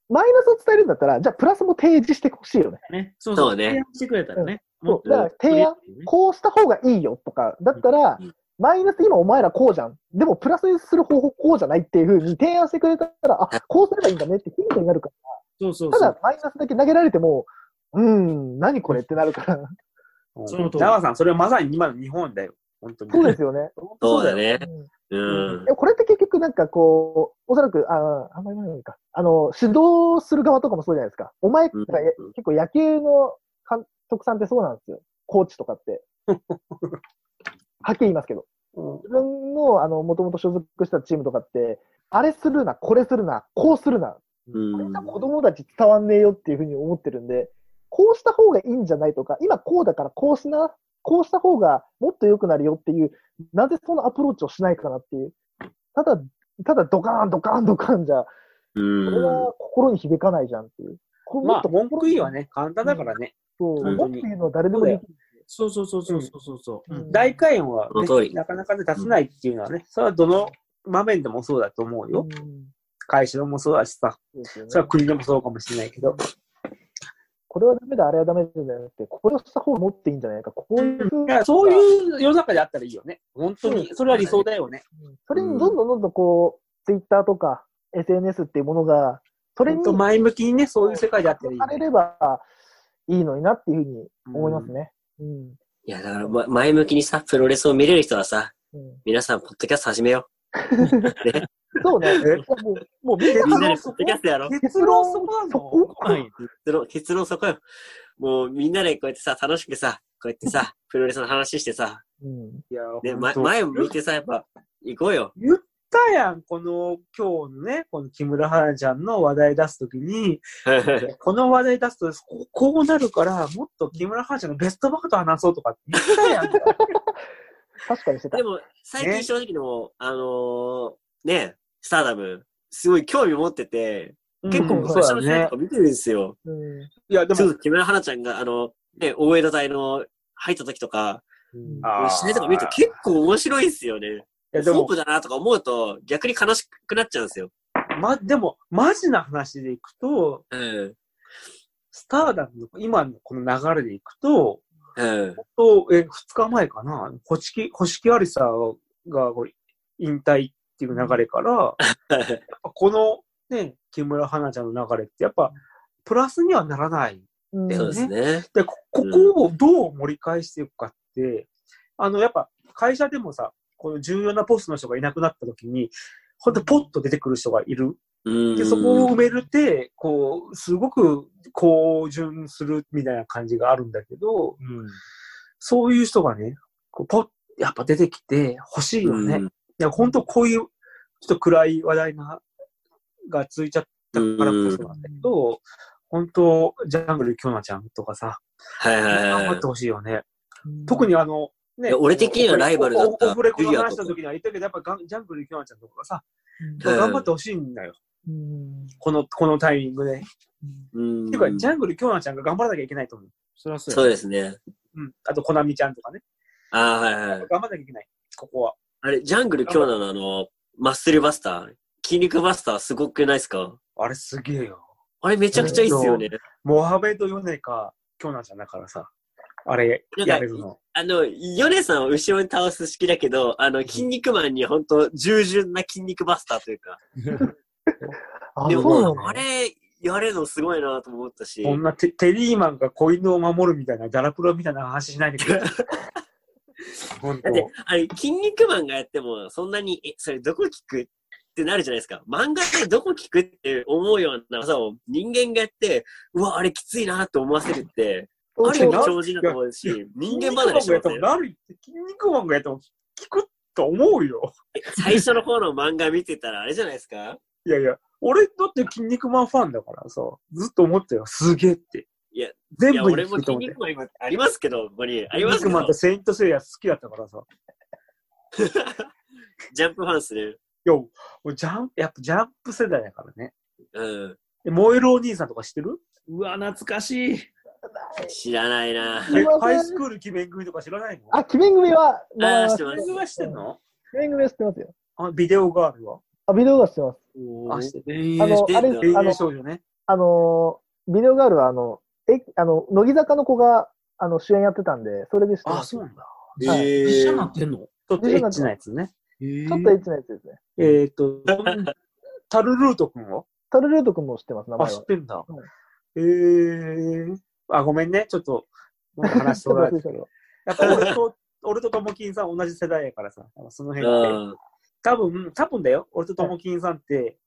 マイナスを伝えるんだったら、じゃあプラスも提示してほしいよね。う。ね。そうそう。そうね提案してくれたらね。んそうだから提案こうした方がいいよとか、だったらうん、マイナス今お前らこうじゃん。でもプラスにする方法こうじゃないっていうふうに提案してくれたら、あ、こうすればいいんだねってヒントになるから。そうそうたそだう。マイナスだけ投げられても、うーん、何これってなるから。 [LAUGHS] うんその通り長さん、それはまさに今の日本だよ。本当に。そうですよね。そうだね。うんうんで。もこれって結局なんかこう、おそらく、ああんまり言わないか。あの、指導する側とかもそうじゃないですか。お前、うん結構野球の監督さんってそうなんですよ。コーチとか [LAUGHS] って。はっきり言いますけど。うん自分の、あの、もともと所属してたチームとかって、あれするな、これするな、こうするな。これじゃ子供たち伝わんねえよっていうふうに思ってるんで、こうした方がいいんじゃないとか、今こうだからこうしな、こうした方がもっと良くなるよっていう、なぜそのアプローチをしないかなっていう。ただ、ただドカーン、ドカーン、ドカーンじゃ、うこれん。は心に響かないじゃんっていう。これもまっあ、と文句言いはね、簡単だからね。そう、本も当っにていうのは誰でもできる。そうそうそうそうそうそう。うんうん大開運はそね、の通りなかなかね出せないっていうのはね、それはどの場面でもそうだと思うよ。うん会社でもそうだしさ、そうですよねそれは国でもそうかもしれないけど。これはダメだ、あれはダメだじゃなくて、これをした方がもっていいんじゃないか。こういうふういやそういう世の中であったらいいよね。本当に。それは理想だよね。それにどんどんどんどんこう、ツイッターとか SNS っていうものが、それ本に当前向きにね、そういう世界であったらいいされよね。ればいいのになっていうふうに思いますね。うん。いや、だから、ま、前向きにさ、プロレスを見れる人はさ、うん皆さん、ポッドキャスト始めよそうね。いやもう、もうみんう。みんななでポッドキャストやろう。結論そこなそのこはい結論、結論そこよ。もう、みんなでこうやってさ、楽しくさ、こうやってさ、プロレスの話してさ、うん。いや、ね、ま本当前を向いてさ、やっぱ、行こうよ。言ったやん、この今日のね、この木村花ちゃんの話題出すときに、この話題出すとここうなるから、もっと木村花ちゃんのベストバックと話そうとかって言ったやん。確かにしてたで。も、最近ね正直でも、あのーね、スターダム、すごい興味持ってて、結構うん昔そうのだ試合ねと。か見てるんですよ。うん。いや、でそれも、こそ木村花ちゃんが、あの、ね、大江戸大の入った時とか、うんあー試合とか見ると結構面白いんですよね。いやでホーもプ、だなとか思うと、逆に悲しくなっちゃうんですよ。ま、でも、マジな話でいくと、うん。スターダムの今のこの流れでいくと、うん。 [LAUGHS] と、え、二日前かな、星木、星木ありさがこう引退っていう流れから、やっぱこのね、木村花ちゃんの流れって、やっぱ、プラスにはならない。うんそうですね。で、こここをどう盛り返していくかって、あの、やっぱ、会社でもさ、この重要なポストの人がいなくなった時に、ほんとポッと出てくる人がいるうん。で、そこを埋めるって、こう、すごく好順するみたいな感じがあるんだけど、そういう人がね、こうポッ、やっぱ出てきて欲しいよね。ういんや、本当こういう、ちょっと暗い話題な、がついちゃったからこそなんだけど、本当ジャングル京奈ちゃんとかさ、はいはい頑は張いって。ほしいよね。うん特にあの、いねや、俺的にはライバルだったオフレコフィギュアのとか話した時には言ったけど、やっぱガンジャングル京奈ちゃんとかがさ、うん頑張ってほしいんだよ。うんこの、このタイミングで。うんっていうか、ジャングル京奈ちゃんが頑張らなきゃいけないと思う。そりゃそそううや。ですね。うん。あと、コナミちゃんとかね。ああ、はいはい。頑張らなきゃいけない。ここは。あれ、ジャングル今日のあの、マッスルバスター、筋肉バスターすごくないですかあれすげえよ。あれめちゃくちゃいいっすよね。モハメド・ヨネか、京奈ちゃんだからさ。あれ、なんかやれるの。あの、ヨネさんを後ろに倒す式だけど、あの、筋肉マンに本当従順な筋肉バスターというか。あ、でそうなも、のあれ、やれるのすごいなと思ったし。こんなテテリーマンが子犬を守るみたいな、ダラプロみたいな話しないでく [LAUGHS] れ。本だ当って、あれ、筋肉マンがやっても、そんなに、え、それどこ効くってなるじゃないですか。漫画でどこ効くって思うような技を人間がやって、うわ、あれきついなって思わせるって、ある意味超人だと思ういやいし、人間離れし筋ます肉マンがやってねも。なるって、筋肉マンがやっても効くと思うよ。最初の方の漫画見てたらあれじゃないですかいやいや、俺だって筋肉マンファンだからさ、ずっと思ったよ。すげえって。いや、全いや、部に俺効もく筋と思って肉。マン今ありますけど、ここに。あります肉けマンどと、セイントセイヤ好きだったからさ。ジャンプファンする。いや、俺ジャンプ、やっぱジャンプ世代だからね。うん。え燃えるお兄さんとか知ってるうわ、懐かしい。知らないな知りえませんハイスクール鬼面組とか知らないのあ、鬼面組は、あー知って鬼ます鬼面組は知ってんの面組は知ってますよ。あ、ビデオガールは。あ、ビデオが知ってます。あして全員あの知っ、てあんだれです、永あ遠の、少女ね。あのー、ビデオガールは、あの、え、あの、乃木坂の子が、あの、主演やってたんで、それで知ってます。そうなんだ。えはい実写ーなってんのちょっとエッチなやつね。ちょっとエッチなやつですね。えっと、 [LAUGHS] タルルート君はタルルート君も知ってます、名あ、前知はっ。てんだうん。えー。あ、ごめんね。ちょっと、なんか話して [LAUGHS] もらえて。やっぱ俺と、俺とともきんさん同じ世代やからさ、その辺って。うん。多分、多分だよ。俺とともきんさんって、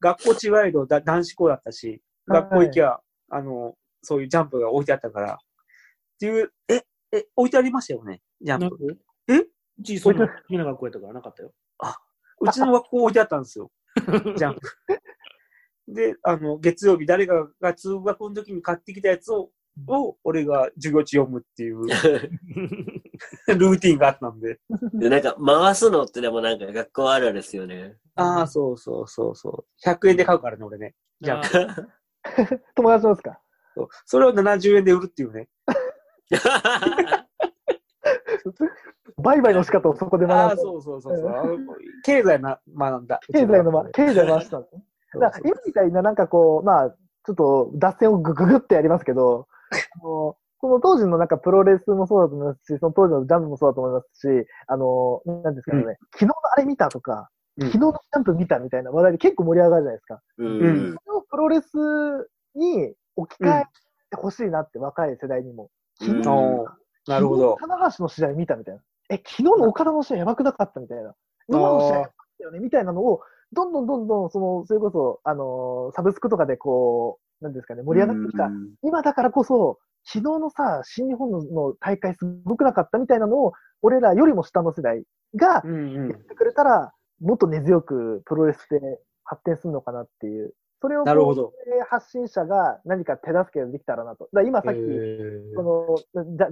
学校違いどだ男子校だったし、はい学校行きゃ、あの、そういうジャンプが置いてあったから。っていう、え、え、置いてありましたよね、ジャンプ。ええうち、そんな好きな学校やったからなかったよ。うちの学校置いてあった [LAUGHS] んですよ、ジャンプ。で、あの、月曜日誰かが通学の時に買ってきたやつをを俺が授業中読むっていう [LAUGHS] ルーティンがあったんで。 [LAUGHS] でなんか、回すのってでもなんか学校あるあるですよね。ああ、そうそうそうそう。100円で買うからね、俺ね。じゃああ、友達のですかそうそれを70円で売るっていうね。売買の仕方をそこでああ学んだ。ー、そうそうそうそう。あの経済な学んだ。経済のま、経済の話したんですね。 [LAUGHS] そうだかそらう今みたいな、なんかこう、まあ、ちょっと脱線をグググってやりますけど、あのこの当時のなんかプロレスもそうだと思いますし、その当時のジャンプもそうだと思いますし、あの、なんですかね、う昨日のあれ見たとか、うん昨日のジャンプ見たみたいな話題で結構盛り上がるじゃないですか。うん。それをプロレスに置き換えてほしいなって、若い世代にも。うんおーなるほど。昨日棚橋の試合見たみたいな。え、昨日の岡田の試合やばくなかったみたいな。今の試合やばかったよねみたいなのを、どんどんどんどん、その、それこそ、あのーサブスクとかでこう、なんですかね、盛り上がってきた。うん今だからこそ、昨日のさ、新日本の大会すごくなかったみたいなのを、俺らよりも下の世代がうんうんやっ。てくれたら、もっと根強くプロレスで発展するのかなっていう。それをこうなるほど。発信者が何か手助けできたらなと。だから今さっき、この、ジャ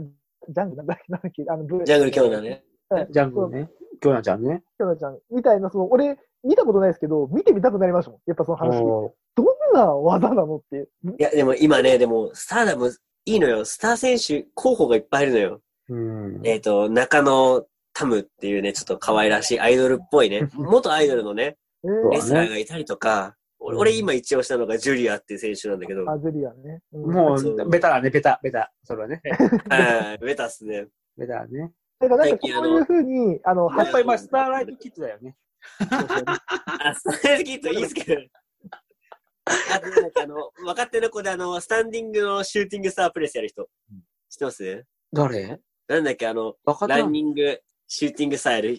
ジャングルなんだっけ、なんだっけ、あの、ブジャングル兄弟ね。ジャングルね。きょうなちゃんね。キョナちゃんみたいな、その、俺、見たことないですけど、見てみたくなりましたもん。やっぱその話聞いておーどんな技なのっていう。いや、でも今ね、でも、スターダム、いいのよ。スター選手、候補がいっぱいいるのよ。うん。えっ、と、中野タムっていうね、ちょっと可愛らしいアイドルっぽいね、元アイドルのね、えそうレーだねスラーがいたりとか、俺俺今一押したのがジュリアっていう選手なんだけど、アズリアね。うんもそうう、ベタだね、ベタ、ベタ。それはね。はい、ベタっすね。ベタだね。だからなんか最近そあのういうふうに、あの、やはっぱりまあ、スターライトキッドだよね。あ、スタンディングといいっすけど。あとなんかあの、若手の子であの、スタンディングのシューティングスタープレスやる人。知ってます誰なんだっけ、あの、分かランニング、シューティングスタイル、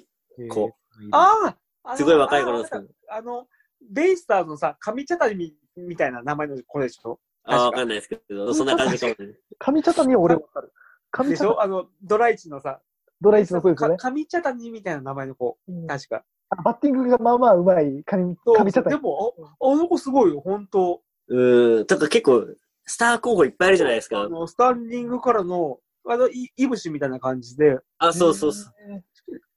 こああすごい若い子なんですけど。あの、ベイスターズのさ、神茶谷みみたいな名前の子でしょあー、わ確かかんないですけど、そんな感じかもね。神茶谷は [LAUGHS] 俺わかる。神でし茶谷ょあの、ドライチのさ、ドライチのそうですよねか。神茶谷みたいな名前の子、うん確か。あバッティングがまあまあうまい神そう神茶で谷。も、ああの子すごいよ、本当うーん、とか結構、スター候補いっぱいいるじゃないですあか。の、スタンディングからの、あの、いいぶしみたいな感じで、あ、そうそうそう。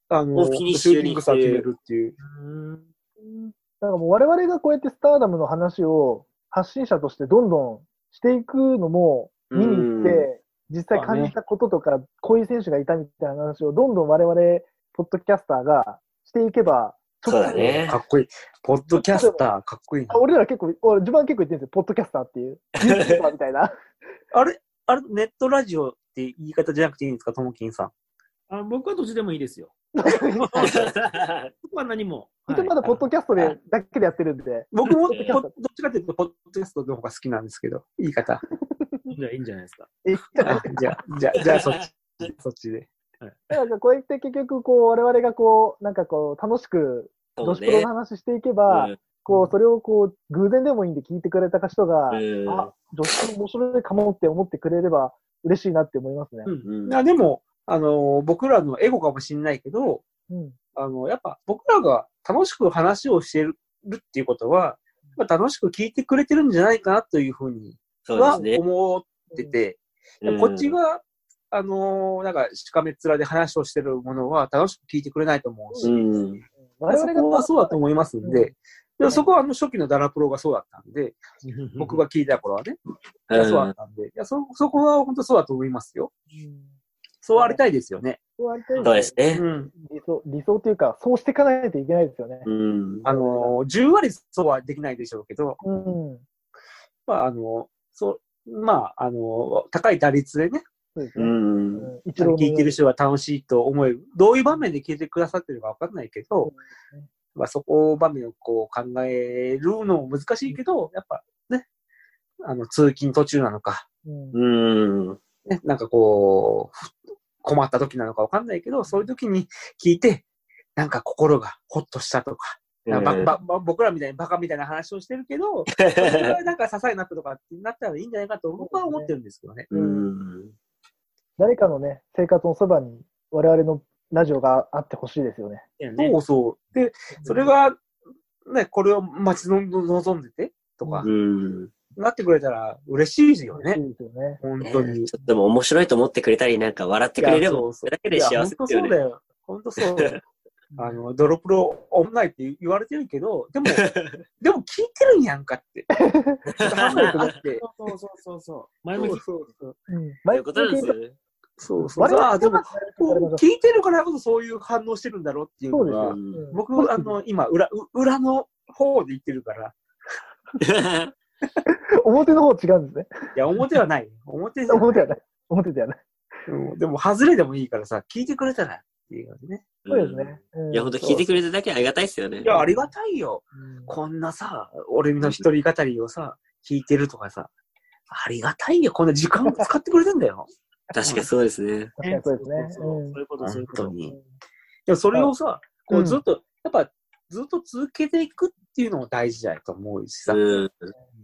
あの、をフィニッシシュュにーティングさ決めるっていう。うんなんかもう我々がこうやってスターダムの話を発信者としてどんどんしていくのも見に行っうて、実際感じたこととか、こういう選手がいたみたいな話をどんどん我々、ポッドキャスターがしていけば、ちそうだねか。っこいい。ポッドキャスター、かっこいいなあ。俺ら結構、俺自分は結構言ってるんですよ、ポッドキャスターっていう。YouTuber みたいな。 [LAUGHS] あれ、あれ、ネットラジオって言い方じゃなくていいんですか、ともきんさん。あ僕はどっちでもいいですよ。僕は何も。僕まだポッドキャストでだけでやってるんで、僕も、ポえーどっちかというと、ポッドキャストの方が好きなんですけど、言い [LAUGHS] 方。はいじゃあいいんじゃないですか。えあじゃあ、じゃあ、じゃあ、そっち、そっちで。なんかこうやって結局、こう、我々がこう、なんかこう、楽しく、そ女う子プロねの。話していけば、こう、それをこう、偶然でもいいんで聞いてくれた人が、うんあ、女子プロ面白いかもって思ってくれれば嬉しいなって思いますね。うんあでも、あのー僕らのエゴかもしれないけど、うん。あの、やっぱ僕らが楽しく話をしてるっていうことは、やっぱ楽しく聞いてくれてるんじゃないかなというふうにそはうですね。思ってて、うんこっちが、あのーなんか、しかめっ面で話をしてるものは楽しく聞いてくれないと思うし、うん。我そ々がこはそうだと思いますんで、うんでもそこはあの初期のダラプロがそうだったんで、僕が聞いた頃はね、いやそうだったんで、いやそそこは本当そうだと思いますよ。うんそうありたいですよね。そうやってそうですねう。ん。理想、理想というか、そうしていかないといけないですよね。うん。あのー、10割そうはできないでしょうけど、うん。まあ、あの、そう、まあ、あの、高い打率でね、そうですうね。ん。うん一郎の聞いてる人が楽しいと思える。どういう場面で聞いてくださってるかわかんないけど、そうですねまあ、そこ場面をこう考えるのも難しいけど、やっぱね、あの、通勤途中なのか、うんうん。ね、なんかこう、ふ困った時なのかわかんないけど、そういう時に聞いて、なんか心がほっとしたとか、なんかばばば僕らみたいにバカみたいな話をしてる [LAUGHS] けど、それがなんか支えになったとかってなったらいいんじゃないかと僕は思ってるんですけどね。うん。誰かのね、生活のそばに我々のラジオがあってほしいですよね。いやねそうそう。で、それが、ね、これを待ち望んでてとかう、ん。なってくれたら嬉しいですよね。いいですよね。本当に。ちょっとでも面白いと思ってくれたり、なんか笑ってくれれば、それだけで幸せで本当すそようだね。よ。本 [LAUGHS] 当そう。あの、ドロプロおもんないって言われてるけど、 [LAUGHS] でも、でも聞いてるんやんかって。ハムレットだ [LAUGHS] って。そうそうそうそう。前そ向うき。そうそう。うん。とい前うことなんですよね。そうそう。我々まあ、でも、こうそ聞いてるからこそそういう反応してるんだろうっていうのうですがよ。うんうん僕、あの、今、裏、う裏の方で言ってるから、表の方違うんですね。いや、表はない。表じゃない表ではない。表ではない。うんでも、外れでもいいからさ、聞いてくれたらっていう感じね。そうですね。うんいや、ほんと聞いてくれただけありがたいですよね。いや、ありがたいよ。うんこんなさ、俺の一人語りをさ、聞いてるとかさ、ありがたいよ。こんな時間を使ってくれてんだ [LAUGHS] よ。確かにそうですね。確かにそうですね。そうそうそういうこと、そういうこ本と当。にでも、それをさ、こううんずっと、やっぱ、ずっと続けていくっていうのも大事だと思うしさ、うん。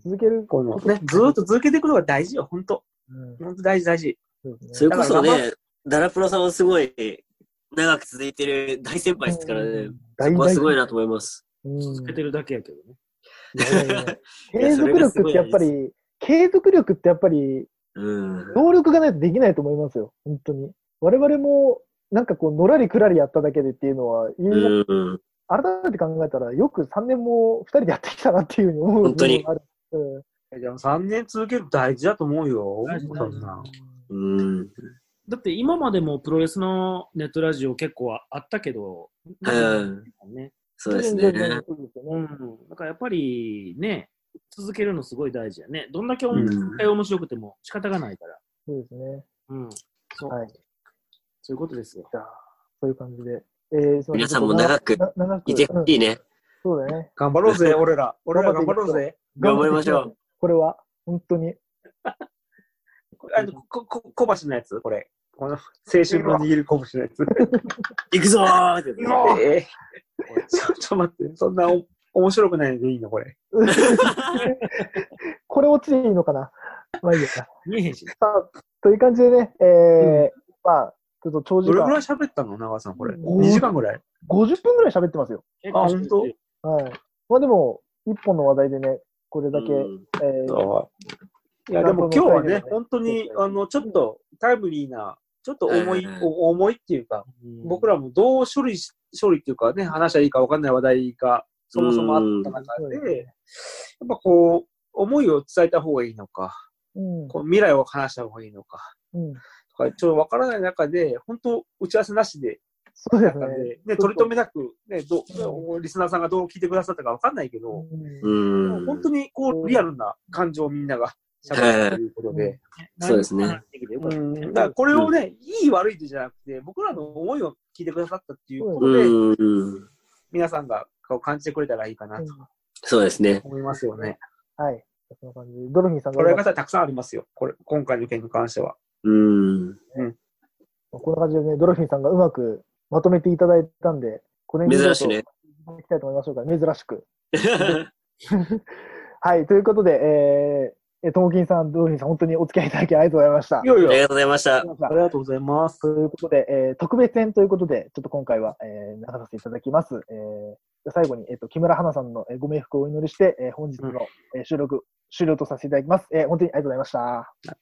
続ける。このね、ずっと続けていくのが大事よ。本当うん本当大事大事。そうですねそれこそだからね、ダラプロさんはすごい長く続いてる大先輩ですからね。大僕々はすごいなと思います。うん続けてるだけやけどね。いやいやいやいや [LAUGHS] 継それ続がす力ごっいてやっぱり、継続力ってやっぱり、うん。能力がないとできないと思いますよ。本当に。我々も、なんかこう、のらりくらりやっただけでっていうのは、うん。改めて考えたら、よく3年も2人でやってきたなっていうふうに思う本当に部分がある。うんでも3年続けるの大事だと思うよ。大事大そ事んな。うん。だって今までもプロレスのネットラジオ結構あったけど、うん。ね、そうです全然全ね然。そうですようね。ん。だからやっぱりね、続けるのすごい大事やね。どんだけう面ん。白,、面白くても仕方がないから。そうですね。うん。そう、はい。そういうことですよ。じゃあ、そういう感じで。えー、すいませ皆さんも長くな長くいてほしいね。うんそうだね。頑張ろうぜ、俺ら。俺ら頑張ろうぜ。頑張りましょう頑張っていきこれは、本当 [LAUGHS] に。あの、こ、こ、小橋のやつこれ。この、青春の握る拳のやつ。行くぞーって言って。 [LAUGHS] えーちょっと待って、そんなお面白くないのでいいのこれ。これ落ちていいのかなまあいいや。さ見えへんし。あ、という感じでね、えーまあ、ちょっと長時どれぐらい間、喋ったの長尾さん、これ。うん2時間ぐらい。 50分ぐらい喋ってますよ。結あ構本当はい。まあでも、一本の話題でね、これだけ、うんえーいや、でも今日はなるねほ、ど本当に、あの、ちょっとタイムリーな、ちょっと重い、うんお重いっていうか、僕らもどう処理し、処理っていうかね、話したらいいか分かんない話題が、そもそもあった中うんで、やっぱこう、思いを伝えた方がいいのか、うん、こう未来を話した方がいいのか、うん。とか、ちょっと分からない中で、本当打ち合わせなしで、そうですなんね。で、ね、取り留めなく、ね、どうリスナーさんがどう聞いてくださったか分かんないけど、うんうでもん。本当にこう、リアルな感情をみんなが喋るということで、そうですね。うんだからこれをね、いい悪いってじゃなくて、僕らの思いを聞いてくださったっていうことで、うん。皆さんがこう感じてくれたらいいかなとそうですね。思いますよね。はい。そんな感じで。ドルフィンさんが捉え方たくさんありますよ。これ、今回の件に関しては。 [LAUGHS] うん。こんな感じでね、ドルフィンさんがうまくまとめていただいたんで、これに珍しいね。いきたいと思いましょうか。珍しく。はい。ということで、えーえ、ともきんさん、ドルフィンさん、本当にお付き合いいただきありがとうございました。あいりよいありよ。がとうございましたがとう。ございましたありがとうございます。ということで、えー特別編ということで、ちょっと今回は、えー流させていただきます。えーじゃあ最後に、えっ、と、木村花さんのえーご冥福をお祈りして、えー本日の、えー収録、終了とさせていただきます。えー本当にありがとうございました。